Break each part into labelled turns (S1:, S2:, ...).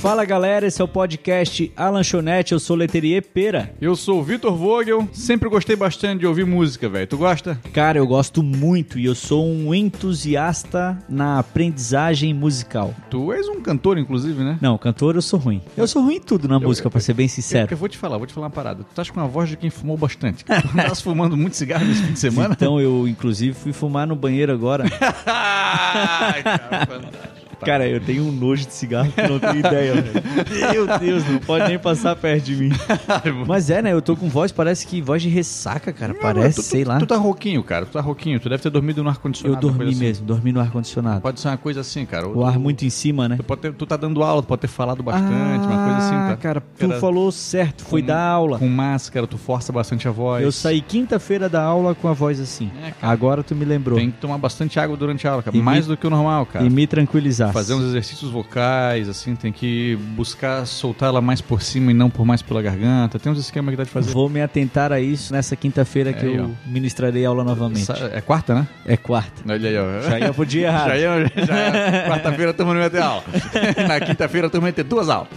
S1: Fala galera, esse é o podcast A Lanchonete, eu sou o Leterier Pera.
S2: Eu sou o Vitor Vogel, sempre gostei bastante de ouvir música, velho. Tu gosta?
S1: Cara, eu gosto muito e eu sou um entusiasta na aprendizagem musical.
S2: Tu és um cantor, inclusive, né?
S1: Não, cantor eu sou ruim. Eu sou ruim em tudo na música, pra ser bem
S2: Eu,
S1: sincero.
S2: eu vou te falar, vou te falar uma parada. Tu estás com a voz de quem fumou bastante. Tu estás fumando muito cigarro nesse fim de semana?
S1: Então eu, inclusive, fui fumar no banheiro agora.
S2: Ai, cara, fantástico. Tá.
S1: Cara, eu tenho um nojo de cigarro que eu não tenho ideia, velho. Meu Deus, não pode nem passar perto de mim. Mas é, né? Eu tô com voz, parece que voz de ressaca, cara. parece,
S2: Tu- tu-
S1: sei lá.
S2: Tu tá rouquinho, cara. Tu tá rouquinho. Tu deve ter dormido no
S1: eu
S2: ar-condicionado. uma
S1: dormi
S2: coisa assim.
S1: mesmo, dormi no ar-condicionado.
S2: Pode ser uma coisa assim, cara.
S1: O ar muito em cima, né?
S2: Tu, pode ter- tu tá dando aula, tu pode ter falado bastante, uma coisa assim,
S1: Ah,
S2: tá?
S1: cara, tu
S2: Era-
S1: falou certo, foi
S2: Com-
S1: dar aula.
S2: Com máscara, tu força bastante a voz.
S1: Eu saí quinta-feira da aula com a voz assim.
S2: É, cara.
S1: Agora tu me lembrou.
S2: Tem que tomar bastante água durante a aula, cara.
S1: E
S2: Mais do que o normal, cara.
S1: E me tranquilizar.
S2: Fazer uns exercícios vocais, assim, tem que buscar soltar ela mais por cima e não por mais pela garganta. Tem uns esquemas que dá de fazer.
S1: Vou me atentar a isso nessa quinta-feira que
S2: É Aí,
S1: eu ministrarei aula novamente.
S2: Sa- É quarta, né?
S1: É quarta.
S2: Olha aí, ó.
S1: Já ia podia errar.
S2: Já é ia, já ia. Quarta-feira a turma não ia ter aula. Na quinta-feira a turma ia ter duas aulas.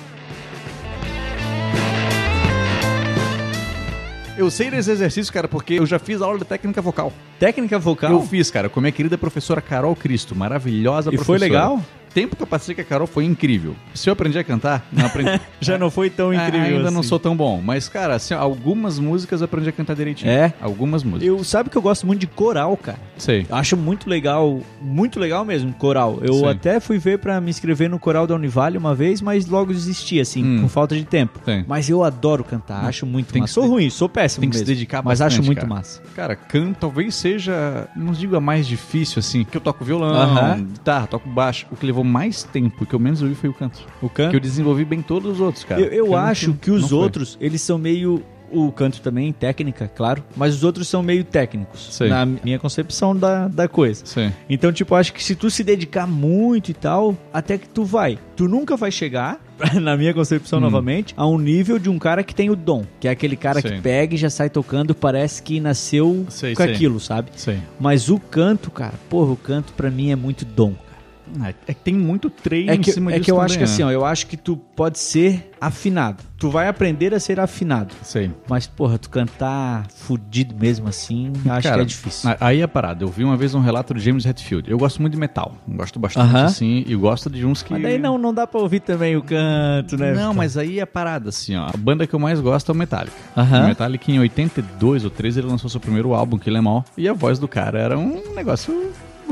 S2: Eu sei desse exercício, cara, porque eu já fiz aula de técnica vocal.
S1: Técnica vocal.
S2: Eu fiz, cara, com minha querida professora Carol Cristo, maravilhosa
S1: E foi
S2: professora.
S1: legal?
S2: O tempo que eu passei com a Carol foi incrível. Se eu aprendi a cantar, não aprendi.
S1: Já não foi tão incrível.
S2: É. Ainda
S1: assim.
S2: não sou tão bom, mas, cara, assim, algumas músicas eu aprendi a cantar direitinho.
S1: É?
S2: Algumas músicas.
S1: Eu sabe que eu gosto muito de coral, cara.
S2: Sei.
S1: Eu acho muito legal, muito legal mesmo, coral. Eu
S2: Sim.
S1: até fui ver pra me inscrever no coral da Univale uma vez, mas logo desisti, assim,
S2: Hum.
S1: por falta de tempo.
S2: Sim.
S1: Mas eu adoro cantar, acho muito
S2: tem
S1: massa.
S2: que
S1: Sou
S2: se
S1: ruim, sou péssimo
S2: tem que se
S1: mesmo,
S2: dedicar
S1: mas
S2: bastante,
S1: acho muito
S2: cara.
S1: massa.
S2: Cara, canto talvez seja, não digo a mais difícil, assim, que eu toco violão,
S1: Aham.
S2: guitarra, toco baixo. O que levou mais tempo, o que eu menos ouvi foi o canto.
S1: O canto?
S2: Que eu desenvolvi bem todos os outros, cara.
S1: É? Eu, eu
S2: Canto
S1: acho que
S2: não
S1: os
S2: foi.
S1: outros, eles são meio. O canto também, técnica, claro. Mas os outros são meio técnicos.
S2: Sei.
S1: Na minha concepção da, da coisa.
S2: Sim.
S1: Então, tipo, eu acho que se tu se dedicar muito e tal, até que tu vai. Tu nunca vai chegar, na minha concepção
S2: Hum.
S1: novamente, a um nível de um cara que tem o dom. Que é aquele cara
S2: Sim.
S1: que pega e já sai tocando, parece que nasceu
S2: Sei,
S1: com
S2: sei.
S1: aquilo, sabe?
S2: Sim.
S1: Mas o canto, cara, porra, o canto pra mim é muito dom, cara.
S2: Ah, É que tem muito treino
S1: É que,
S2: em cima
S1: é
S2: disso
S1: que eu
S2: também,
S1: acho que
S2: né?
S1: assim, ó, eu acho que tu pode ser afinado. Tu vai aprender a ser afinado.
S2: Sei.
S1: Mas, porra, tu cantar fudido mesmo assim, acho
S2: Cara,
S1: que é difícil.
S2: a- Aí é a parada. Eu vi uma vez um relato do James Hetfield. Eu gosto muito de metal. Gosto bastante,
S1: Aham.
S2: assim, e gosto de uns que...
S1: Mas daí não, não dá pra ouvir também o canto, né?
S2: Não, mas aí é a parada, assim, ó. A banda que eu mais gosto é o Metallica.
S1: Aham.
S2: O Metallica, em 82 ou 3, ele lançou seu primeiro álbum, que ele é mal. E a voz do cara era um negócio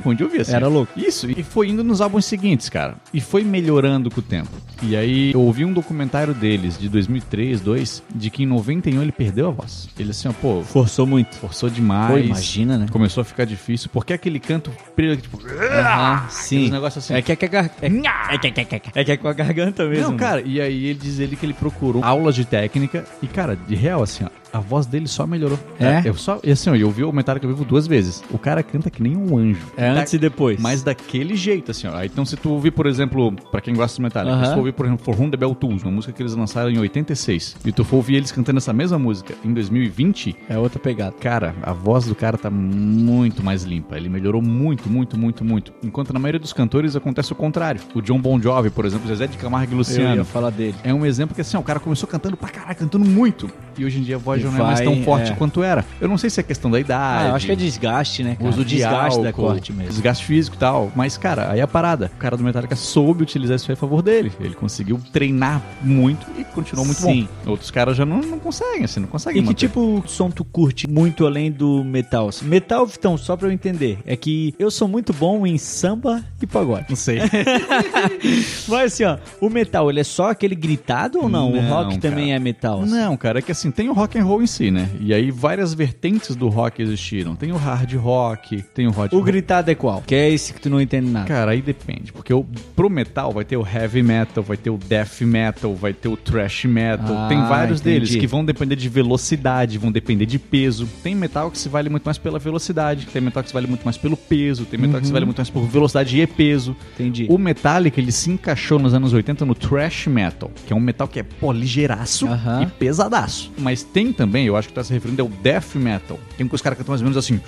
S2: ruim de ouvir, assim.
S1: Era louco.
S2: Isso, e foi indo nos álbuns seguintes, cara. E foi melhorando com o tempo. E aí, eu ouvi um documentário deles, de 2003, 2002, de que em 91 ele perdeu a voz. Ele, assim, ó, pô,
S1: Forçou muito.
S2: forçou demais.
S1: Pô, imagina, né?
S2: Começou a ficar difícil, porque aquele canto, tipo,
S1: Aham,
S2: aqueles
S1: Ah, sim.
S2: negócios assim.
S1: É que é, que a gar- é, é que- é que- é que- é que é com a garganta mesmo.
S2: Não,
S1: né?
S2: cara, e aí ele diz ele que ele procurou aulas de técnica e, cara, de real, assim, ó, a voz dele só melhorou.
S1: É?
S2: Eu só, e assim, ó, eu vi o Metallica vivo duas vezes. O cara canta que nem um anjo.
S1: É antes e depois.
S2: Mas daquele jeito, assim, ó. Aí, Então, se tu ouvir, por exemplo, pra quem gosta de Metallica,
S1: Aham.
S2: se tu ouvir, por exemplo, For Whom the Bell Tools, uma música que eles lançaram em 86, e tu for ouvir eles cantando essa mesma música em 2020,
S1: É outra pegada.
S2: Cara, a voz do cara tá muito mais limpa. Ele melhorou muito, muito, muito, muito. Enquanto na maioria dos cantores acontece o contrário. O John Bon Jovi, por exemplo, Zezé de Camargo
S1: Eu
S2: e
S1: ia
S2: Luciano.
S1: falar dele.
S2: É um exemplo que assim, ó, o cara começou cantando pra caralho, cantando muito. E hoje em dia a voz
S1: E
S2: já não é mais
S1: vai,
S2: tão forte
S1: é.
S2: quanto era. Eu não sei se é questão da idade.
S1: Ah, eu acho que é desgaste, né? Cara?
S2: Uso de
S1: desgaste
S2: álcool,
S1: da corte mesmo.
S2: Desgaste físico e tal. Mas, cara, aí é a parada. O cara do Metallica soube utilizar isso aí a favor dele. Ele conseguiu treinar muito e continuou muito
S1: Sim.
S2: bom. Outros caras já não, não conseguem, assim, não conseguem
S1: E que
S2: manter.
S1: tipo de som tu curte muito além do metal? assim? Metal, Vitão, só pra eu entender, é que eu sou muito bom em samba e pagode.
S2: Não sei.
S1: Mas assim, ó, o metal, ele é só aquele gritado ou não? o
S2: Não,
S1: rock
S2: cara.
S1: também é metal? assim?
S2: Não, cara, é que assim, tem o rock and roll em si, né? E aí várias vertentes do rock existiram. Tem o hard rock, tem o hot
S1: O
S2: rock.
S1: gritado é qual? Que é esse que tu não entende nada.
S2: Cara, aí depende, porque o, pro metal vai ter o heavy metal, vai ter o death metal, vai ter o thrash metal,
S1: Ah,
S2: tem vários
S1: entendi.
S2: deles que vão depender de velocidade, vão depender de peso. Tem metal que se vale muito mais pela velocidade, tem metal que se vale muito mais pelo peso, tem metal que
S1: Uhum.
S2: se vale muito mais por velocidade e peso.
S1: Entendi.
S2: O Metallica, ele se encaixou nos anos 80 no thrash metal, que é um metal que é poligeiraço
S1: Aham.
S2: e pesadaço. Mas tem também, eu acho que tá se referindo ao death metal. Tem que os caras cantam mais ou menos assim.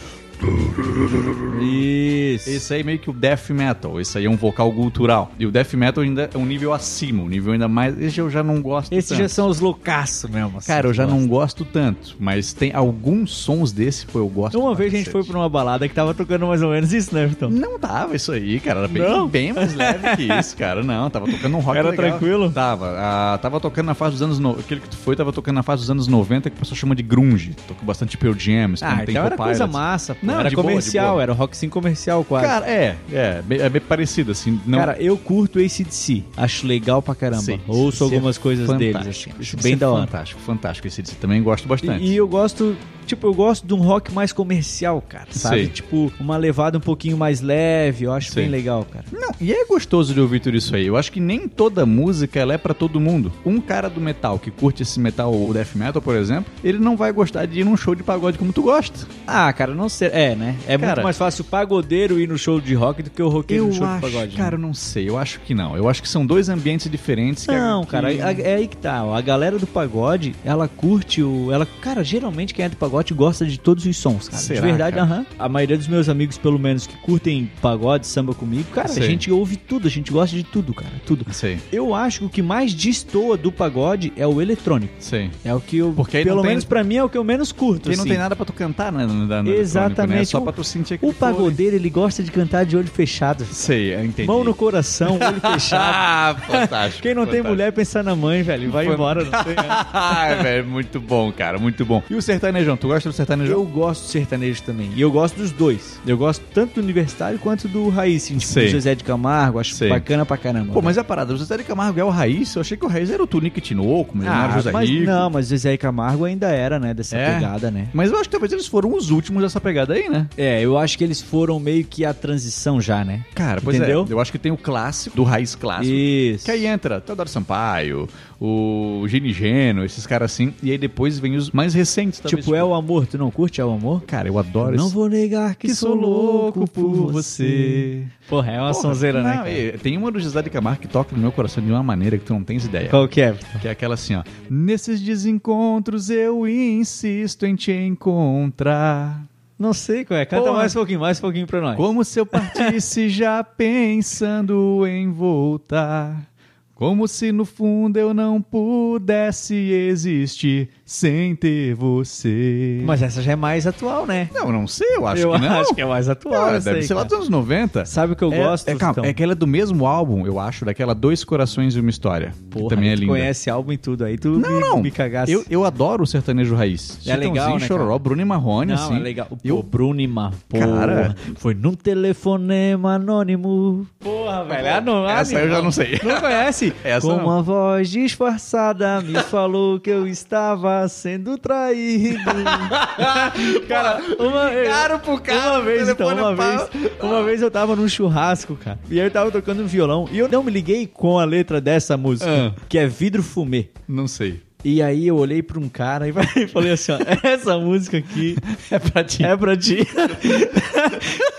S1: Isso.
S2: Esse aí meio que o death metal. Esse aí é um vocal cultural. E o death metal ainda é um nível acima, um nível ainda mais. Esse eu já não gosto
S1: Esses
S2: tanto.
S1: já são os loucaços mesmo. assim,
S2: Cara, eu
S1: que
S2: já
S1: gostam.
S2: não gosto tanto, mas tem alguns sons desse que eu gosto.
S1: Uma
S2: pra
S1: vez a gente foi
S2: cacete.
S1: pra uma balada que tava tocando mais ou menos isso, né, Vitão?
S2: Não tava isso aí, cara. Era bem,
S1: Não?
S2: bem mais leve que isso, cara. Não, tava tocando um rock
S1: Era
S2: legal.
S1: tranquilo?
S2: Tava. Ah, tava tocando na fase dos anos... No... Aquele que tu foi, tava tocando na fase dos anos 90, que o pessoal chama de grunge. Tocou bastante Pearl Jam,
S1: Ah,
S2: Stone
S1: então era
S2: Temple
S1: coisa
S2: Pilots.
S1: massa. Pô.
S2: Não,
S1: era
S2: de boa, de
S1: comercial,
S2: boa.
S1: era um rock sim comercial quase.
S2: Cara, é. É, bem- é bem parecido, assim. Não...
S1: Cara, eu curto ACDC. Acho legal pra caramba.
S2: Sim,
S1: Ouço
S2: esse é
S1: algumas coisas
S2: fantástico.
S1: deles. Assim.
S2: Esse
S1: Acho bem
S2: é
S1: da hora.
S2: Fantástico, fantástico. Esse DC também gosto bastante.
S1: E, e eu gosto, tipo, eu gosto de um rock mais comercial, cara, sabe?
S2: Sei.
S1: Tipo, uma levada um pouquinho mais leve, eu acho
S2: Sei.
S1: bem legal, cara.
S2: Não, e é gostoso de ouvir tudo isso aí. Eu acho que nem toda música ela é pra todo mundo. Um cara do metal que curte esse metal, o death metal, por exemplo, ele não vai gostar de ir num show de pagode como tu gosta.
S1: Ah, cara, não sei. É, né? É
S2: Cara-
S1: muito mais fácil o pagodeiro ir no show de rock do que o
S2: um
S1: roqueiro no show de pagode. né?
S2: cara, eu não sei. Eu acho que não. Eu acho que são dois ambientes diferentes. que-
S1: Não,
S2: que-
S1: cara, a- é aí que tá. ó. A galera do pagode, ela curte o. Ela, cara, geralmente quem é do pagode gosta de todos os sons, cara.
S2: Será,
S1: de verdade,
S2: cara?
S1: aham. A maioria dos meus amigos, pelo menos, que curtem pagode, samba comigo, cara,
S2: Sei.
S1: a gente ouve tudo, a gente gosta de tudo, cara. Tudo.
S2: Sei,
S1: Eu acho que o que mais destoa do pagode é o eletrônico.
S2: sei.
S1: É o que eu.
S2: Porque aí não
S1: pelo
S2: tem-
S1: menos pra mim é o que eu menos curto.
S2: Porque não
S1: assim.
S2: tem nada pra tu cantar, né? no- no- no eletrônico,
S1: Exatamente.
S2: Né? É só
S1: O-
S2: pra tu sentir aquele
S1: O pagodeiro, ele gosta de cantar de olho fechado.
S2: flow. Sei, eu entendi.
S1: Mão no coração, olho fechado.
S2: Ah, fantástico.
S1: Quem não tem
S2: fantástico.
S1: mulher, pensa na mãe, velho. e Vai
S2: Fan-
S1: embora, não tem.
S2: Ai, Ah, velho, muito bom, cara, muito bom. E o sertanejão? Tu gosta do sertanejão?
S1: Eu gosto de sertanejo também. E eu gosto dos dois. Eu gosto tanto do universitário quanto do raiz. assim, Tipo,
S2: Sei.
S1: do José de Camargo. Acho
S2: Sei.
S1: bacana pra caramba.
S2: Pô, mas é a parada, o José de Camargo é o Raiz? Eu achei que o Raiz era o Tunique Tinoco, o Milionário
S1: ah,
S2: José
S1: mas
S2: Rico.
S1: não, mas José de Camargo ainda era, né? Dessa
S2: É?
S1: pegada, né?
S2: Mas eu acho que talvez eles foram os últimos dessa pegada aí, né?
S1: É, eu acho que eles foram meio que a transição já, né?
S2: Cara, pois
S1: Entendeu?
S2: é. Eu acho que tem o clássico, do Raiz
S1: Ah,
S2: clássico.
S1: Isso.
S2: Que aí entra Teodoro Sampaio, o Gini Geno, esses caras assim. E aí depois vem os mais recentes. talvez.
S1: tipo, é o amor. Tu não curte é o amor?
S2: Cara, eu adoro
S1: Não
S2: esse-
S1: vou negar que, sou louco por você. Porra, é uma
S2: Porra,
S1: sonzeira, né?
S2: não,
S1: cara?
S2: e Tem uma do José de Camargo que toca no meu coração de uma maneira que tu não tens ideia.
S1: Qual que é?
S2: Que é aquela assim, ó. Nesses desencontros eu insisto em te encontrar.
S1: Não sei qual é. Canta
S2: Porra.
S1: mais um pouquinho, mais um pouquinho pra nós.
S2: Como se eu partisse já pensando em voltar. Como se no fundo eu não pudesse existir sem ter você.
S1: Mas essa já é mais atual, né?
S2: não, não sei, eu acho
S1: eu
S2: que não.
S1: acho que é mais atual.
S2: Cara,
S1: essa
S2: deve
S1: aí,
S2: ser lá
S1: cara.
S2: dos anos 90.
S1: Sabe o que eu
S2: É-
S1: gosto?
S2: é, calma,
S1: Vitão?
S2: é aquela do mesmo álbum, eu acho, daquela Dois Corações e uma História.
S1: Porra,
S2: que também é
S1: tu
S2: linda.
S1: conhece álbum e tudo aí, tu
S2: Não,
S1: me,
S2: não.
S1: me cagasse.
S2: Eu, eu adoro o sertanejo raiz.
S1: É legal,
S2: Chitãozinho,
S1: né,
S2: Chororó,
S1: cara?
S2: Bruno e Marrone,
S1: não,
S2: assim.
S1: é legal. Pô,
S2: Eu-
S1: Bruno e Mar- porra,
S2: Cara.
S1: foi num telefonema anônimo. Porra, velho, é anônimo.
S2: Essa eu já não sei.
S1: Não conhece?
S2: Essa
S1: Com
S2: não.
S1: uma voz disfarçada me falou que eu estava sendo traído. cara, uma
S2: Ligaram pro cara
S1: uma
S2: no
S1: vez, então,
S2: telefone,
S1: uma
S2: pá.
S1: vez, uma vez eu tava num churrasco, cara. E aí eu tava tocando um violão e eu não me liguei com a letra dessa música,
S2: Ah.
S1: que é Vidro Fumê.
S2: Não sei.
S1: E aí eu olhei pra um cara e falei assim, ó, essa música aqui
S2: É pra ti.
S1: é pra ti.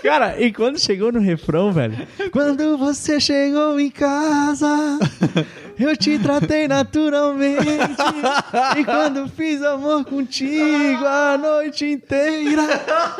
S1: cara, e quando chegou no refrão, velho, quando você chegou em casa, eu te tratei naturalmente. e quando fiz amor contigo a noite inteira,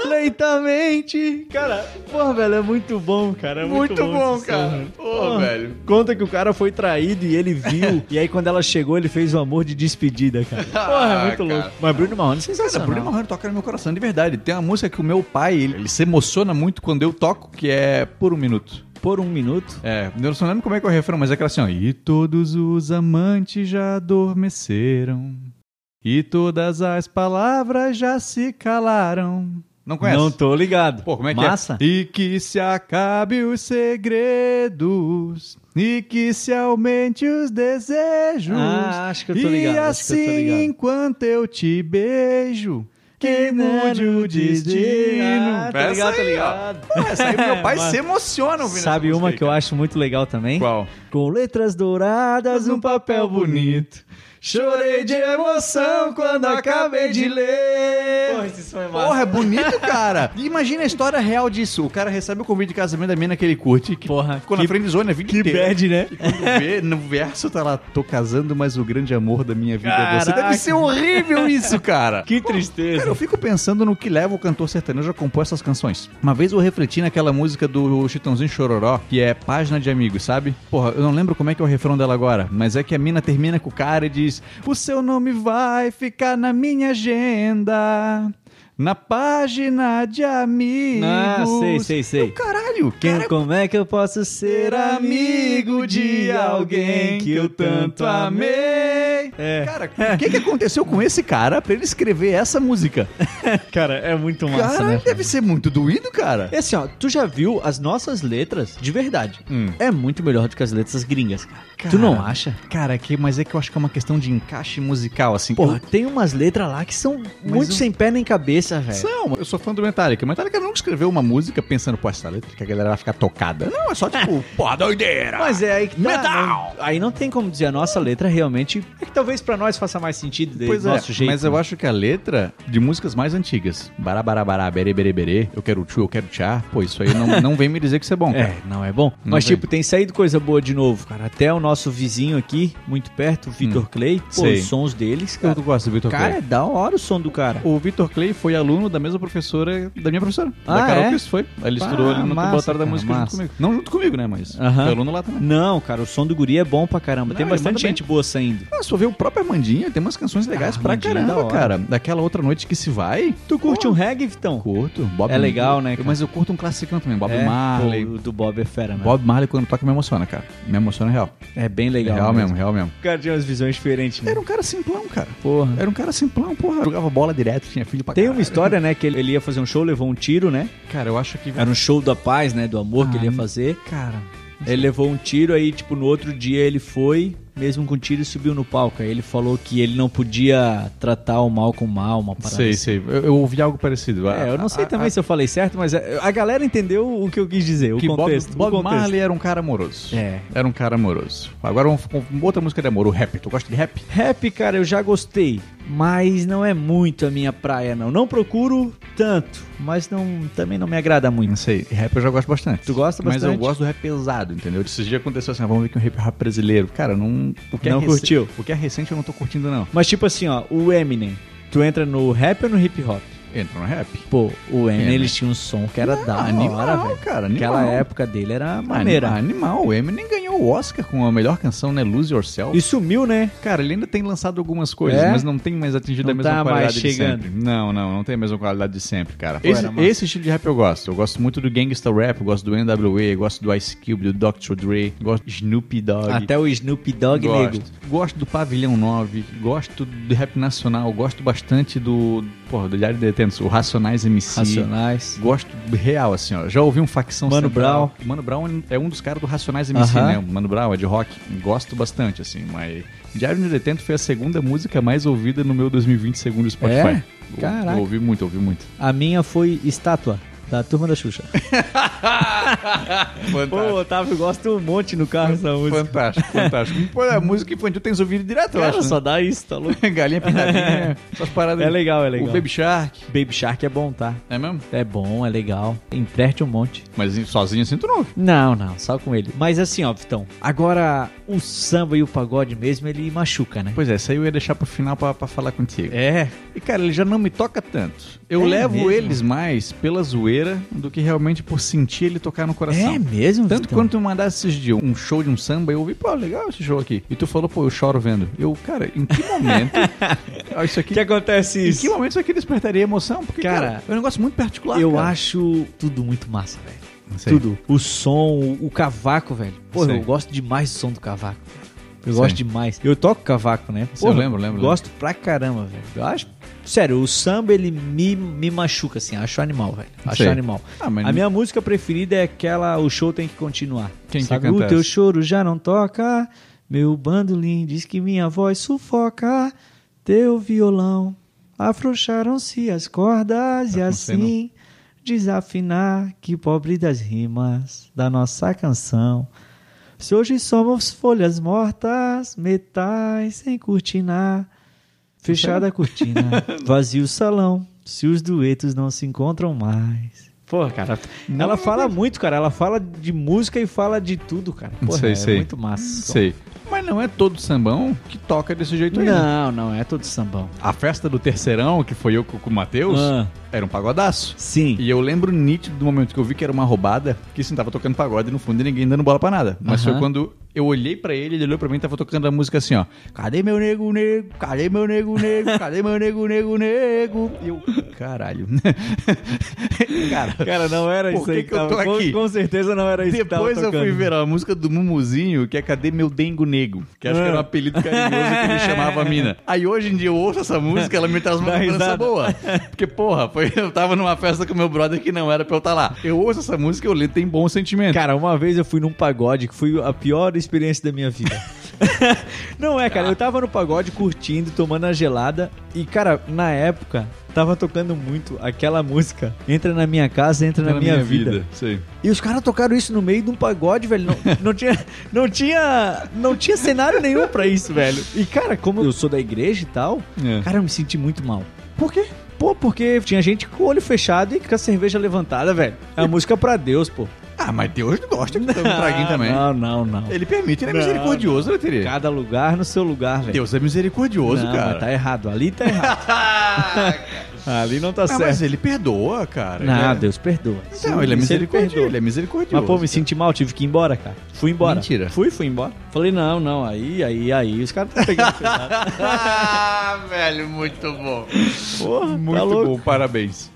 S1: lentamente. Cara, porra, velho, é muito bom, cara. É muito, esse som, velho. Porra.
S2: velho.
S1: Conta que o cara foi traído e ele viu. e aí, quando ela chegou, ele fez o amor de despedida, cara. Porra, é muito
S2: Ah, cara.
S1: louco. Mas Bruno Marrone, é sensacional.
S2: Bruno Marrone toca no meu coração, de verdade. Tem uma música que o meu pai, ele, ele se emociona muito quando eu toco, que é Por Um Minuto.
S1: Por um minuto.
S2: É, eu não lembro como é que é o refrão, mas é aquela assim, ó. E todos os amantes já adormeceram, e todas as palavras já se calaram. Não conhece?
S1: Não tô ligado.
S2: Pô, como é que
S1: Massa.
S2: é? E que se acabe os segredos, e que se aumente os desejos.
S1: Ah, acho que eu tô ligado,
S2: E
S1: acho que eu tô
S2: assim,
S1: ligado.
S2: enquanto eu te beijo, que mude o destino.
S1: Ah, tá ligado, tá ligado. É,
S2: Essa aí meu pai
S1: Mas-
S2: se emociona ouvindo
S1: Sabe uma que eu acho muito legal também?
S2: Qual?
S1: Com letras douradas num um papel bonito.
S2: Chorei de emoção quando acabei de ler.
S1: Porra, esse som é massa.
S2: Porra, é bonito, cara. E Imagina a história real disso. O cara recebe o convite de casamento da mina que ele curte. Que
S1: Porra,
S2: ficou
S1: que-
S2: na frente de zona a vida
S1: Que
S2: inteira.
S1: bad, né?
S2: Quando vê, no verso tá lá, tô casando, mas o grande amor da minha vida é você. Deve
S1: Caraca.
S2: ser horrível isso, cara.
S1: Que
S2: Cara, eu
S1: tristeza.
S2: fico pensando no que leva o cantor sertanejo a compor essas canções. Uma vez eu refleti naquela música do Chitãozinho Chororó, que é Página de Amigos, sabe? Porra, eu não lembro como é que é o refrão dela agora, mas é que a mina termina com o cara e diz: O seu nome vai ficar na minha agenda. Na página de amigos.
S1: Ah, sei, sei, sei.
S2: Eu, caralho,
S1: Quem-
S2: cara,
S1: como é que eu posso ser amigo de alguém que eu tanto amei? É.
S2: Cara, o que, que aconteceu com esse cara pra ele escrever essa música?
S1: Cara, é muito
S2: Caralho, deve ser muito doído, cara.
S1: E assim, ó, tu já viu as nossas letras de verdade.
S2: Hum.
S1: É muito melhor do que as letras gringas, cara.
S2: Cara.
S1: Tu não acha?
S2: Cara, que, mas é que eu acho que é uma questão de encaixe musical, assim.
S1: Porra, tem umas letras lá que são muito
S2: eu-
S1: sem pé nem cabeça,
S2: Eu,
S1: velho.
S2: são, eu sou fã do Metallica. O Metallica não escreveu uma música pensando, pô, essa letra que a galera vai ficar tocada. Não, é só tipo, porra, doideira.
S1: Mas é aí que tá,
S2: Metal!
S1: não- aí não tem como dizer, a nossa letra realmente... É que talvez pra nós faça mais sentido do
S2: Pois é,
S1: nosso jeito.
S2: mas eu acho que a letra de músicas mais antigas, bará, bará, bará, berê, berê, berê, eu quero tchu, eu quero tchá, pô, isso aí não, não vem me dizer que isso é bom, cara.
S1: É, não é bom.
S2: Não
S1: Mas,
S2: vem.
S1: tipo, tem saído coisa boa de novo, cara. Até o nosso vizinho aqui, muito perto, o Vitor Clay. Pô,
S2: Hum. Sei.
S1: os sons deles,
S2: Eu
S1: cara.
S2: gosto do Vitor
S1: Cara,
S2: Clay.
S1: é da hora o som do cara.
S2: O Vitor Clay foi aluno da mesma professora, da minha professora, da
S1: Ah,
S2: Carol
S1: é?
S2: Cruz, foi. Ele estudou ali no
S1: massa,
S2: Botar da
S1: cara,
S2: Música junto
S1: massa.
S2: comigo. Não junto comigo, né, mas
S1: Aham.
S2: foi aluno lá também.
S1: Não, cara, o som do guri é bom pra caramba.
S2: Não,
S1: tem
S2: ele
S1: bastante
S2: manda bem.
S1: gente boa saindo.
S2: Ah, só ver o próprio Armandinho, tem umas canções legais
S1: Ah,
S2: pra
S1: Armandinho é
S2: caramba,
S1: da hora.
S2: cara. Daquela outra noite que se vai.
S1: Tu curte um reggae, Vitão?
S2: Curto, Bob
S1: É legal, né,
S2: Eu-
S1: cara?
S2: Mas eu curto um classicão também, Bob
S1: É,
S2: Marley.
S1: pô, o do Bob é fera, né?
S2: Bob Marley quando toca me emociona, cara. Me emociona real.
S1: É bem legal.
S2: real mesmo, real mesmo.
S1: O cara tinha umas visões diferentes, né?
S2: Era um cara simplão, cara.
S1: Porra.
S2: Era um cara simplão, porra. Jogava bola direto, tinha filho pra
S1: Tem
S2: caralho.
S1: uma história, né, que ele ele ia fazer um show, levou um tiro, né?
S2: Cara, eu acho que...
S1: Era um show da paz, né, do amor que ele ia
S2: Ah,
S1: fazer.
S2: Cara...
S1: Ele levou um tiro, aí, tipo, no outro dia ele foi, mesmo com tiro, e subiu no palco. Aí ele falou que ele não podia tratar o mal com mal, uma parada
S2: Sei,
S1: assim.
S2: sei. Eu, eu ouvi algo parecido. Ah, A-
S1: É, eu não sei
S2: a-
S1: também
S2: a-
S1: se eu falei certo, mas é, a a galera entendeu o que eu quis dizer, o
S2: que Bob-
S1: contexto. o
S2: Bob,
S1: contexto.
S2: Marley era um cara amoroso.
S1: É.
S2: Era um cara amoroso. Agora vamos com outra música de amor, o rap. Tu gosta de rap?
S1: Rap, cara, eu já gostei, mas não é muito a minha praia, não. Não procuro tanto, mas não, também não me agrada
S2: Não
S1: muito.
S2: sei, rap eu já gosto bastante.
S1: Tu gosta
S2: Mas eu
S1: bastante?
S2: gosto do rap pesado, entendeu? Esses dias aconteceu assim, ah, vamos ver que um rap rap brasileiro. Cara, não. O
S1: Não
S2: rece-
S1: curtiu?
S2: O que é recente eu não tô curtindo, não.
S1: Mas tipo assim, ó, o Eminem, tu entra no rap ou no hip hop?
S2: Entra no rap.
S1: Pô, o Eminem,
S2: Eminem.
S1: eles tinham um som que era da hora,
S2: animal,
S1: velho.
S2: cara, animal.
S1: Aquela época dele era maneira.
S2: Ani- Animal. O Eminem ganhou o Oscar com a melhor canção, né? Lose Yourself.
S1: E sumiu, né?
S2: Cara, ele ainda tem lançado algumas coisas,
S1: É?
S2: mas não tem mais atingido
S1: Não
S2: a mesma
S1: tá mais
S2: qualidade
S1: chegando.
S2: de sempre. Não, não, não tem a mesma qualidade de sempre, cara.
S1: Pô,
S2: Esse,
S1: era massa.
S2: esse estilo de rap eu gosto. Eu gosto muito do Gangsta Rap, eu gosto do NWA, eu gosto do Ice Cube, do Dr. Dre, gosto do Snoop Dogg.
S1: Até o Snoop Dogg,
S2: gosto.
S1: nego.
S2: Gosto do Pavilhão 9, gosto do rap nacional, gosto bastante do, porra, do Diário de Detentos, o Racionais MC.
S1: Racionais.
S2: Gosto real, assim, ó. Já ouvi um facção
S1: Mano
S2: Central. Mano Brown é um dos caras do Racionais MC,
S1: Aham.
S2: né? O Mano Brown é de rock. Gosto bastante, assim, mas. Diário de Detento foi a segunda música mais ouvida no meu 2020 segundo o Spotify.
S1: É? Caraca.
S2: Eu, eu ouvi muito, ouvi muito.
S1: A minha foi estátua. Da turma da Xuxa. Pô, Otávio, eu gosto um monte no carro essa música.
S2: fantástico, fantástico. Pô, a música infantil tem ouvido direto, eu
S1: Cara,
S2: acho.
S1: só dá isso, tá louco?
S2: né? Galinha pintadinha, essas paradas.
S1: É legal, é legal.
S2: O Baby Shark.
S1: Baby Shark é bom, tá?
S2: É mesmo?
S1: É bom, é legal. Inverte um monte.
S2: Mas sozinho assim tu não ouve.
S1: Não, não, só com ele. Mas assim, ó, Vitão. Agora, o samba e o pagode mesmo, ele machuca, né?
S2: Pois é, isso aí eu ia deixar pro final pra, pra falar contigo.
S1: É.
S2: E, cara, ele já não me toca tanto. Eu
S1: É
S2: levo
S1: mesmo?
S2: eles mais pela zoeira do que realmente por sentir ele tocar no coração.
S1: É mesmo,
S2: Tanto
S1: Vitão?
S2: quando tu mandasse esses dias um show de um samba, eu ouvi, pô, legal esse show aqui. E tu falou, pô, eu choro vendo. Eu, cara, em que momento Ah, isso aqui...
S1: que acontece
S2: Em que
S1: isso?
S2: momento isso aqui despertaria emoção? Porque, cara,
S1: Cara,
S2: é um negócio muito particular,
S1: Eu
S2: cara.
S1: acho tudo muito massa, velho.
S2: Não sei.
S1: Tudo. O som, o cavaco, velho. Pô,
S2: Sei.
S1: eu gosto demais do som do cavaco. Eu
S2: Sei.
S1: gosto demais. Eu toco cavaco, né?
S2: Sim, eu lembro, lembro,
S1: Gosto pra caramba, velho. Eu acho. Sério, o samba ele me, me machuca, assim. Acho animal, velho. Acho
S2: Sei.
S1: animal.
S2: Ah, mas
S1: A minha música preferida é aquela O Show Tem Que Continuar.
S2: Quem que
S1: Sabe?
S2: canta
S1: o teu
S2: essa?
S1: choro já não toca, meu bandolim diz que minha voz sufoca, teu violão afrouxaram-se as cordas e
S2: Ah, Não sei, não.
S1: assim desafinar que pobre das rimas da nossa canção. Se hoje somos folhas mortas, metais sem cortinar, fechada a cortina, vazio o salão, se os duetos não se encontram mais. é Pô, cara, ela fala muito, cara. Ela fala de música e fala de tudo, cara. Porra,
S2: Sei,
S1: é
S2: sei.
S1: muito massa. esse som.
S2: Sei. Mas não é todo sambão que toca desse jeito aí. né?
S1: Não, não, é todo sambão.
S2: A festa do terceirão, que foi eu com com o Matheus,
S1: Ah,
S2: era um pagodaço.
S1: sim.
S2: E eu lembro nítido do momento que eu vi que era uma roubada, que sim, tava tocando pagode no fundo e ninguém dando bola pra nada. Mas
S1: Aham.
S2: foi quando eu olhei pra ele, ele olhou pra mim e tava tocando a música assim, ó. Cadê meu nego, nego? Cadê meu nego, nego? Cadê meu nego, nego, nego? E eu, caralho. Cara,
S1: Cara, não era
S2: Por
S1: isso
S2: que
S1: aí
S2: que eu tô
S1: tava- com-
S2: aqui?
S1: Com, certeza não era isso que
S2: Depois
S1: tava
S2: eu fui
S1: tocando.
S2: ver a música do Mumuzinho, que é Cadê Meu Dengo Nego? Que acho
S1: Ah.
S2: que era um apelido carinhoso que ele chamava a mina. Aí hoje em dia eu ouço essa música, ela me traz uma
S1: Dá risada.
S2: lembrança boa. Porque, porra, foi, eu tava numa festa com meu brother que não era pra eu estar lá. Eu ouço essa música e eu lembro, tem bom sentimento.
S1: Cara, uma vez eu fui num pagode que foi a pior experiência da minha vida. Não é, cara, eu tava no pagode curtindo, tomando a gelada e, cara, na época tava tocando muito aquela música Entra na minha casa, entra na,
S2: Tá
S1: minha, vida.
S2: Sei.
S1: E os caras tocaram isso no meio de um pagode, velho. Não, não tinha, não tinha, não tinha cenário nenhum pra isso, velho. E cara, como eu sou da igreja e tal,
S2: É.
S1: cara, eu me senti muito mal. Por quê? Pô, porque tinha gente com o olho fechado e com a cerveja levantada, velho. É a música pra Deus, pô.
S2: Ah, mas Deus gosta de ter um traguinho
S1: Ah,
S2: também.
S1: Não, não, não.
S2: Ele permite, ele é
S1: Não,
S2: misericordioso, né, Tere?
S1: Cada lugar no seu lugar, velho.
S2: Deus é misericordioso,
S1: não,
S2: cara.
S1: mas tá errado. Ali tá errado. Ali não tá
S2: Ah,
S1: certo.
S2: mas ele perdoa, cara.
S1: Não,
S2: Ele é-
S1: Deus perdoa.
S2: Não,
S1: Isso-
S2: ele é
S1: isso
S2: misericordioso.
S1: perdoa.
S2: Ele é misericordioso.
S1: Mas, pô, me senti mal, tive que ir embora, cara. Fui embora.
S2: Mentira.
S1: Fui, fui embora. Falei, não, não, aí, aí, aí. Os caras estão pegando pesado.
S2: ah, velho, muito bom.
S1: Porra,
S2: Muito
S1: tá louco.
S2: bom, parabéns.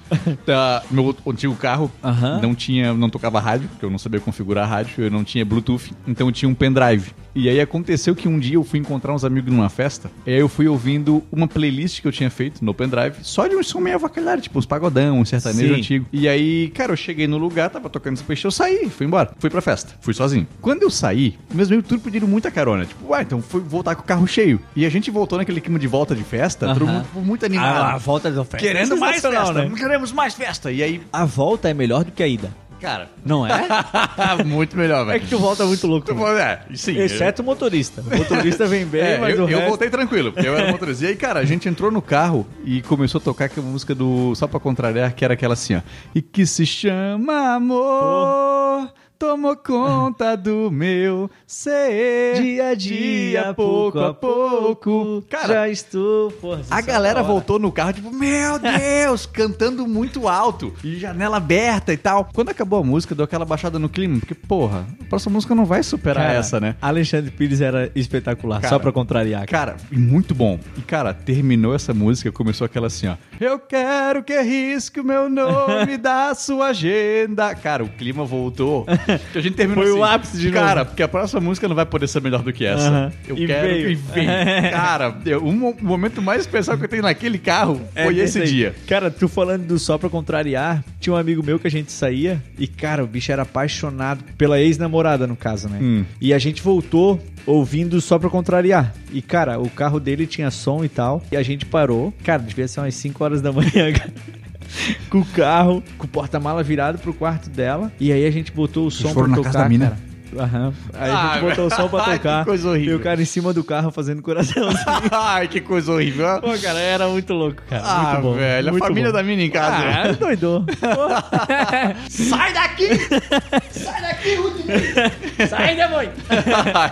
S2: Tá, meu antigo carro
S1: Aham.
S2: não tinha, não tocava rádio, porque eu não sabia configurar rádio, eu não tinha Bluetooth, então eu tinha um pendrive. E aí aconteceu que um dia eu fui encontrar uns amigos numa festa, e aí eu fui ouvindo uma playlist que eu tinha feito no pendrive, só de um som meio avacalhado, tipo uns pagodão, uns sertanejo
S1: Sim.
S2: antigo. E aí, cara, eu cheguei no lugar, tava tocando esse peixe, eu saí, fui embora, fui pra festa, fui sozinho. Quando eu saí, meus amigos tudo pediram muita carona, tipo, ah, então fui voltar com o carro cheio. E a gente voltou naquele clima de volta de festa, todo
S1: Aham.
S2: mundo muito animado. É
S1: Ah, a volta da festa.
S2: Querendo mais
S1: Sensacional,
S2: festa,
S1: né?
S2: queremos mais festa. E aí,
S1: A volta é melhor do que a ida.
S2: cara,
S1: Não é?
S2: muito melhor,
S1: é
S2: velho.
S1: que tu volta muito louco.
S2: Tu
S1: né?
S2: falou, É, sim.
S1: Exceto o motorista. O motorista vem bem,
S2: É,
S1: mas
S2: eu,
S1: o
S2: eu
S1: resto...
S2: voltei tranquilo, porque eu era motorista. E aí, cara, a gente entrou no carro e começou a tocar aquela música do Só Pra Contrariar, que era aquela assim, ó. E que se chama amor, tomou conta do meu ser.
S1: é Dia a dia, pouco a pouco,
S2: Cara,
S1: já estou... Porra,
S2: A
S1: sensacional,
S2: galera
S1: né?
S2: voltou no carro, tipo, meu Deus, cantando muito alto, e janela aberta e tal. Quando acabou a música, deu aquela baixada no clima, porque, porra, a próxima música não vai superar
S1: Cara,
S2: essa, né?
S1: Alexandre Pires era espetacular,
S2: Cara,
S1: só pra contrariar.
S2: Cara, e muito bom. E, cara, terminou essa música, começou aquela assim, ó. Eu quero que risque o meu nome da sua agenda. Cara, o clima voltou. A gente terminou
S1: Foi
S2: assim,
S1: o ápice de novo.
S2: Cara, porque a próxima música não vai poder ser melhor do que essa.
S1: Aham.
S2: Eu
S1: E
S2: quero
S1: veio.
S2: que venha. Cara, eu- um mo- o momento mais especial que eu tenho naquele carro foi
S1: É, isso
S2: esse
S1: aí.
S2: dia.
S1: Cara, tu falando do só pra contrariar, tinha um amigo meu que a gente saía e, cara, o bicho era apaixonado pela ex-namorada, no caso, né?
S2: Hum.
S1: E a gente voltou ouvindo só pra contrariar. E, cara, o carro dele tinha som e tal. E a gente parou. Cara, devia ser umas 5 horas da manhã, cara. Com o carro, com o porta-mala virado pro quarto dela. E aí a gente botou o som pra
S2: foram na
S1: tocar,
S2: casa da mina?
S1: cara. Aham. Aí a gente
S2: Ah,
S1: botou o som pra
S2: que
S1: tocar.
S2: coisa horrível.
S1: E o cara em cima do carro fazendo coração.
S2: Ai, que coisa horrível.
S1: Pô, cara, era muito louco, cara.
S2: Ah,
S1: muito bom.
S2: velho, a
S1: muito
S2: família
S1: bom.
S2: da mina em casa.
S1: Ah, doidou.
S2: Sai daqui!
S1: Sai, demônio!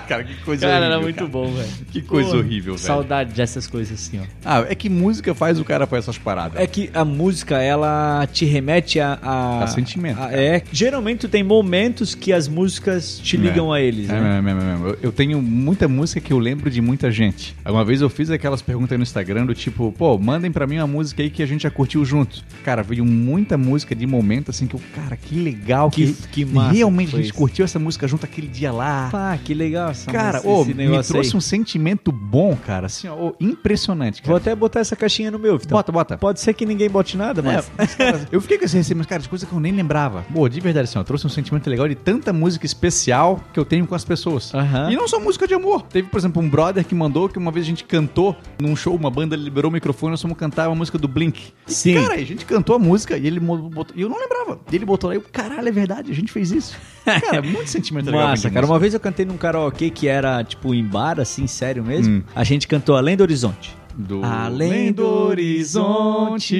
S2: cara, que coisa é horrível.
S1: Ah. Cara, era muito bom, velho.
S2: Que coisa
S1: Pô,
S2: horrível, velho.
S1: Saudade dessas coisas assim, ó.
S2: Ah, é que música faz o cara pra essas paradas.
S1: É que a música, ela te remete a... A,
S2: A sentimento,
S1: a-
S2: cara.
S1: é. Geralmente tu tem momentos que as músicas te ligam a eles,
S2: É,
S1: né?
S2: mesmo, é mesmo, é mesmo. Eu- Eu tenho muita música que eu lembro de muita gente. Uma vez eu fiz aquelas perguntas no Instagram do tipo, pô, mandem pra mim uma música aí que a gente já curtiu junto. Cara, veio muita música de momento assim que eu, cara, que legal
S1: Que-
S2: que,
S1: que massa
S2: realmente
S1: que
S2: a
S1: foi
S2: gente
S1: isso.
S2: curtiu essa música junto aquele dia lá.
S1: Pá, que legal essa
S2: cara,
S1: música,
S2: ô,
S1: esse
S2: me
S1: negócio
S2: trouxe
S1: aí.
S2: um sentimento bom, cara, assim, ó, ô, impressionante, cara.
S1: Vou até botar essa caixinha no meu, Vitor.
S2: Bota, bota.
S1: Pode ser que ninguém bote nada,
S2: É,
S1: mas...
S2: mas, cara, eu fiquei com esse receio, mas, cara, de coisa que eu nem lembrava. Pô, de verdade, assim, ó, trouxe um sentimento legal de tanta música social que eu tenho com as pessoas.
S3: Aham.
S2: E não só música de amor. Teve, por exemplo, um brother que mandou que uma vez a gente cantou num show, uma banda liberou o microfone, nós fomos cantar uma música do Blink. E,
S3: Sim.
S2: Cara, a gente cantou a música e ele mo- botou. E eu não lembrava. E ele botou lá e eu, caralho, é verdade, a gente fez isso. Cara, muito sentimento legal.
S1: Massa, cara.
S2: de tá música.
S1: Uma vez eu cantei num karaokê que era, tipo, em bar, assim, sério mesmo.
S2: Hum.
S1: A gente cantou Além do Horizonte.
S2: Do...
S1: Além do horizonte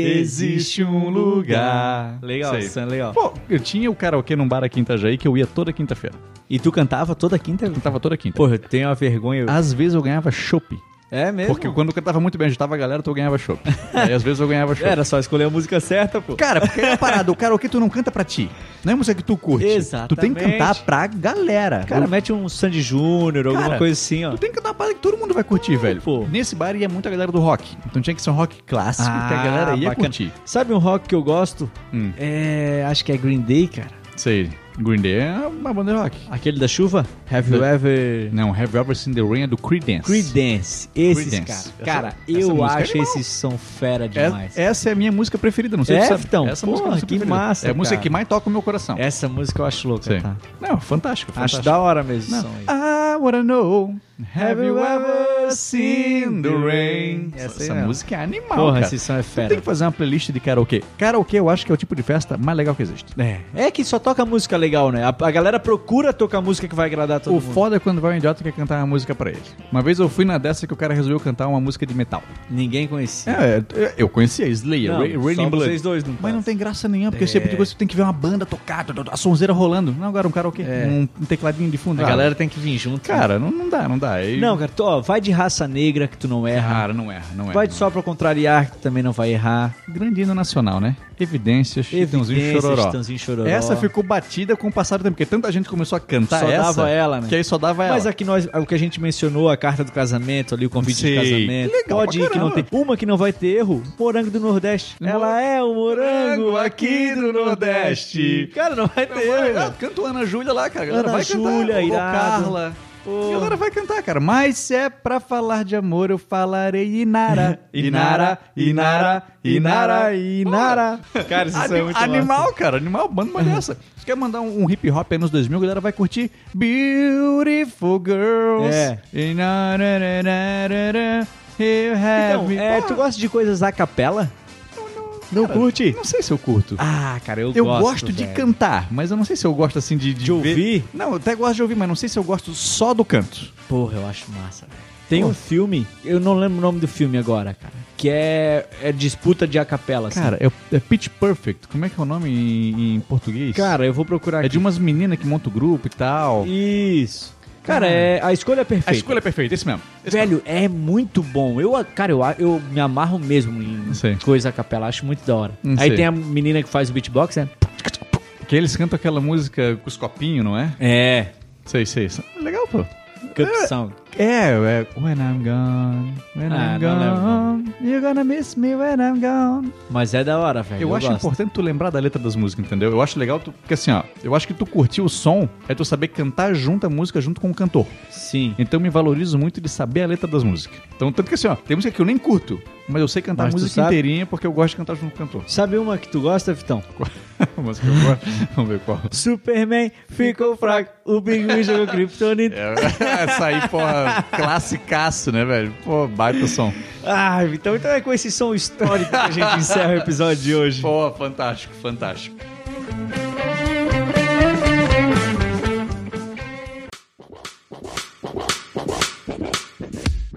S1: existe um lugar. Legal,
S2: Isso aí.
S1: Sam, legal.
S2: Pô, eu tinha o karaokê num bar aqui em Itajaí que eu ia toda quinta-feira.
S1: E tu cantava toda quinta?
S2: Cantava toda quinta.
S1: Porra, eu tenho uma vergonha.
S2: Às vezes eu ganhava chopp.
S1: É mesmo?
S2: Porque quando eu cantava muito bem, agitava a galera, eu ganhava chopp. Aí às vezes eu ganhava chopp.
S1: Era só escolher a música certa, pô.
S2: Cara, porque é uma parada, o karaokê tu não canta pra ti. Não é música que tu curte.
S1: Exatamente.
S2: Tu tem que cantar pra galera.
S1: Cara,
S2: Eu-
S1: mete um Sandy Júnior, alguma
S2: Cara,
S1: coisa assim, ó.
S2: tu tem que cantar uma parada que todo mundo vai curtir, velho.
S1: pô.
S2: Nesse bar ia muita galera do rock. Então tinha que ser um rock clássico que a galera ia
S1: Ah, bacana.
S2: curtir.
S1: Sabe um rock que eu gosto?
S2: Hum.
S1: É, acho que é Green Day, cara.
S2: Sei, Green Day é uma banda de rock.
S1: Aquele da chuva? Have you
S2: Da-
S1: ever...
S2: Não, Have You Ever Seen The Rain é do Creedence.
S1: Creedence. Esses,
S2: Creedence.
S1: cara. Cara,
S2: Essa- essa
S1: eu
S2: música é
S1: acho
S2: animal.
S1: esses são fera
S2: É-
S1: demais.
S2: essa é a minha música preferida, não sei
S1: É,
S2: se você sabe.
S1: então,
S2: essa
S1: porra,
S2: música é a música
S1: que
S2: preferida.
S1: massa,
S2: É a música
S1: cara.
S2: que mais toca o meu coração.
S1: Essa música eu acho louca,
S2: Sim.
S1: tá?
S2: Não, fantástico, é fantástico.
S1: Acho da hora mesmo esse som aí.
S2: I wanna know, have you ever seen the rain?
S1: Essa
S2: Essa,
S1: aí
S2: essa
S1: mesmo.
S2: música é animal,
S1: Porra,
S2: cara.
S1: esse som é
S2: Tu
S1: fera.
S2: tem que fazer uma playlist de karaokê. Karaokê eu acho que é o tipo de festa mais legal que existe.
S1: É que só toca música legal, né? A, a galera procura tocar música que vai agradar todo
S2: O
S1: mundo.
S2: foda é quando vai um idiota que quer cantar uma música pra ele. Uma vez eu fui na dessa que o cara resolveu cantar uma música de metal.
S1: Ninguém conhecia.
S2: É, é, eu conhecia Slayer,
S1: Não,
S2: Ra- Raining
S1: só
S2: Blood.
S1: vocês dois não
S2: Mas não
S1: passam.
S2: tem graça nenhuma, porque esse tipo de coisa você tem que ver uma banda tocar, tu- tu- a sonzeira rolando. Não, agora um karaokê, um, um tecladinho de fundo.
S1: A
S2: Ah,
S1: galera tem que vir junto. né?
S2: Cara, não, não dá, não dá. E-
S1: Não, cara, tu, ó, vai de raça negra que tu não erra.
S2: Cara, não erra, não erra.
S1: Vai de só pra contrariar que tu também não vai errar.
S2: Grande hino nacional, né? Evidências, Chitãozinho e
S1: Evidências,
S2: Chororó.
S1: Chitãozinho e Chororó.
S2: Essa ficou batida com o passar do tempo, porque tanta gente começou a cantar
S1: Só
S2: essa.
S1: dava ela, né?
S2: Que aí só dava ela.
S1: Mas aqui nós, o que a gente mencionou, a carta do casamento ali, o convite
S2: Sei.
S1: de casamento.
S2: Que legal
S1: Pode
S2: pra
S1: ir que não tem.
S2: caramba.
S1: Uma que não vai ter erro, morango do Nordeste.
S2: Mo-
S1: Ela é o morango aqui do Nordeste. Cara, não vai ter erro.
S2: Não,
S1: velho.
S2: Canta o Ana Júlia lá, cara. A galera
S1: Ana
S2: vai
S1: Júlia,
S2: cantar. Ô,
S1: irado.
S2: Carla.
S1: Pô.
S2: A galera vai cantar, cara. Mas se é pra falar de amor, eu falarei Inara. Inara, Inara, Inara, Inara.
S1: Cara, isso
S2: Ani-
S1: é muito
S2: Animal, cara. Animal, manda uma dessa. Se quer mandar um, um hip hop anos 2000, a galera vai curtir Beautiful Girls.
S1: É.
S2: Inararararara, You have
S1: Então,
S2: me.
S1: é,
S2: Pô,
S1: tu gosta de coisas a capela?
S2: não
S1: cara,
S2: curte? Não sei se eu curto.
S1: Ah, cara,
S2: Eu gosto, de
S1: velho.
S2: cantar, mas eu não sei se eu gosto assim de, de, ver-
S1: ouvir?
S2: Não, eu até gosto de ouvir, mas não sei se eu gosto só do canto.
S1: Porra, eu acho massa, velho. Tem um filme, eu não lembro o nome do filme agora, cara, que é, é disputa de acapela. assim.
S2: Cara, é, é Pitch Perfect. Como é que é o nome em, em português?
S1: Cara, eu vou procurar
S2: é
S1: aqui.
S2: de umas meninas que montam o grupo e tal.
S1: Isso. Cara,
S2: Cara.
S1: é a escolha perfeita.
S2: A escolha é perfeita, esse mesmo. Esse
S1: Velho, é muito bom. Eu, cara, eu, eu me amarro mesmo em
S2: Sei.
S1: coisa a capela, acho muito da hora.
S2: Hum,
S1: Aí
S2: sei.
S1: tem a menina que faz o beatbox, né?
S2: mesmo. Que eles cantam aquela música com os copinhos, não é?
S1: É,
S2: Sei, sei. isso é Legal, pô.
S1: cup sound.
S2: É, é. When I'm gone, when
S1: Ah,
S2: I'm
S1: não lembro o
S2: gone, you're gonna miss me when I'm gone.
S1: Mas é da hora, velho.
S2: Eu, acho
S1: gosto.
S2: importante tu lembrar da letra das músicas, entendeu? Eu acho legal, tu, porque assim, ó, eu acho que tu curtir o som é tu saber cantar junto a música junto com o cantor.
S1: Sim.
S2: Então eu me valorizo muito de saber a letra das músicas. Então, tanto que assim, ó, tem música que eu nem curto, mas eu sei cantar
S1: Mas
S2: a
S1: tu
S2: música
S1: sabe?
S2: inteirinha porque eu gosto de cantar junto com o cantor. é
S1: Sabe uma que tu gosta, Vitão?
S2: A música que eu gosto. Vamos ver qual.
S1: Superman ficou fraco, o pinguim jogou Kryptonita.
S2: É, Essa aí, porra, classicaço, né, velho? Pô, baita som.
S1: Ah, Vitão, então é com esse som histórico que a gente encerra o episódio de hoje.
S2: Pô, fantástico, fantástico.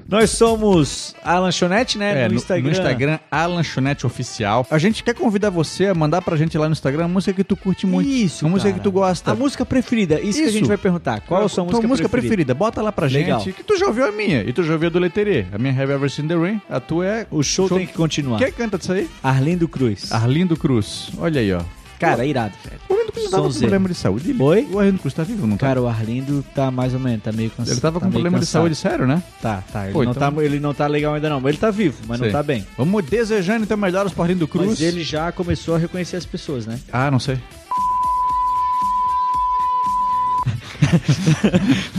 S1: Nós somos a lanchonete, né?
S2: É, no, no Instagram. a lanchonete oficial. A gente quer convidar você a mandar pra gente lá no Instagram a música que tu curte muito.
S1: Isso,
S2: A música
S1: cara.
S2: que tu gosta.
S1: A música preferida, isso, que a
S2: Isso.
S1: gente vai perguntar. Qual a sua
S2: tua
S1: música,
S2: música
S1: preferida?
S2: preferida? Bota lá pra gente.
S1: Legal.
S2: Que tu já ouviu a minha. E tu já ouviu a do Leterê. A minha Have You Ever Seen The Rain. A tua é...
S1: O show,
S2: Show- Ah,
S1: tem que continuar.
S2: Quem canta disso aí?
S1: Arlindo Cruz.
S2: Arlindo Cruz. Olha aí, ó.
S1: Cara, é irado, velho.
S2: O Arlindo Cruz não tava com
S1: Sonzeiro.
S2: problema de saúde. Ele-
S1: Oi?
S2: O Arlindo Cruz tá vivo, não tá?
S1: Cara, o Arlindo tá mais ou menos, tá meio cansado.
S2: ele
S1: tá
S2: tava com
S1: meio
S2: problema de
S1: cansado.
S2: saúde sério, né?
S1: Tá, tá. Ele,
S2: Pô,
S1: não
S2: então-
S1: tá. ele não tá legal ainda não. Ele tá vivo, mas
S2: Sei.
S1: não tá bem.
S2: Vamos desejando então melhoras pro Arlindo Cruz.
S1: Mas ele já começou a reconhecer as pessoas, né?
S2: Ah, não sei.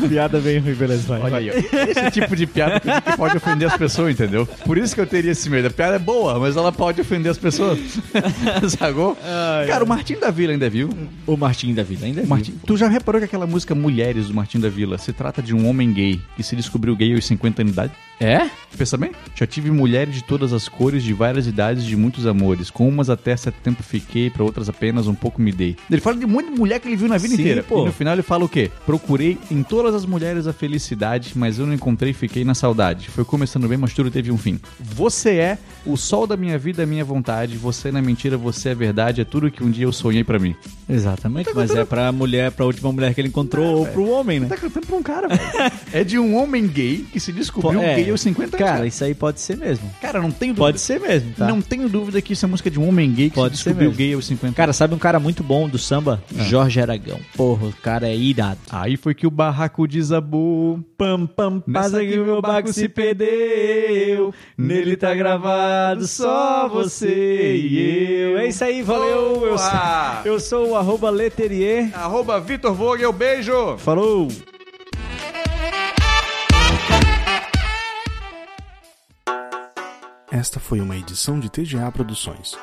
S4: Piada bem ruim, beleza, vai.
S2: Olha aí, ó. Esse tipo de piada que eu digo que pode ofender as pessoas, entendeu? Por isso que eu teria esse medo. A piada é boa, mas ela pode ofender as pessoas. Sagou?
S4: Ai,
S2: Cara, o Martim da Vila ainda é vivo.
S1: O Martim da Vila ainda é
S2: Martim, tu já reparou que aquela música Mulheres do Martim da Vila se trata de um homem gay que se descobriu gay aos 50 anos de idade?
S1: É?
S2: Pensa bem, já tive mulheres de todas as cores, de várias idades, de muitos amores. Com umas até certo tempo fiquei, pra outras apenas um pouco me dei. Ele fala de muita mulher que ele viu na vida
S1: Sim,
S2: inteira.
S1: pô.
S2: E no final ele fala o quê? Procurei em todas as mulheres a felicidade, mas eu não encontrei, fiquei na saudade. Foi começando bem, mas tudo teve um fim. Você é o sol da minha vida, a minha vontade. Você não é mentira, você é verdade, é tudo que um dia eu sonhei pra mim.
S1: Exatamente, mas é pra mulher, pra última mulher que ele encontrou ou pro homem, né?
S2: Tá cantando pra um cara, velho. É de um homem gay que se descobriu
S1: É,
S2: gay aos 50 anos.
S1: Cara, isso aí pode ser mesmo.
S2: cara não tenho dúvida.
S1: Pode ser mesmo, tá?
S2: Não tenho dúvida que isso é música de um homem gay que
S1: Pode
S2: se
S1: ser
S2: descobriu
S1: mesmo.
S2: gay aos 50
S1: Cara, sabe um cara muito bom do samba? Jorge Aragão. Porra, o cara é irado.
S2: Aí foi que o barraco desabou.
S1: Pam, pam,
S2: Nessa que meu barco se perdeu, nele tá gravado só você e eu.
S1: É isso aí, valeu. Eu sou,
S2: Opa!
S1: eu sou o arroba Leterier.
S2: Arroba Vitor Vogel, beijo!
S1: Falou!
S5: Esta foi uma edição de TGA Produções.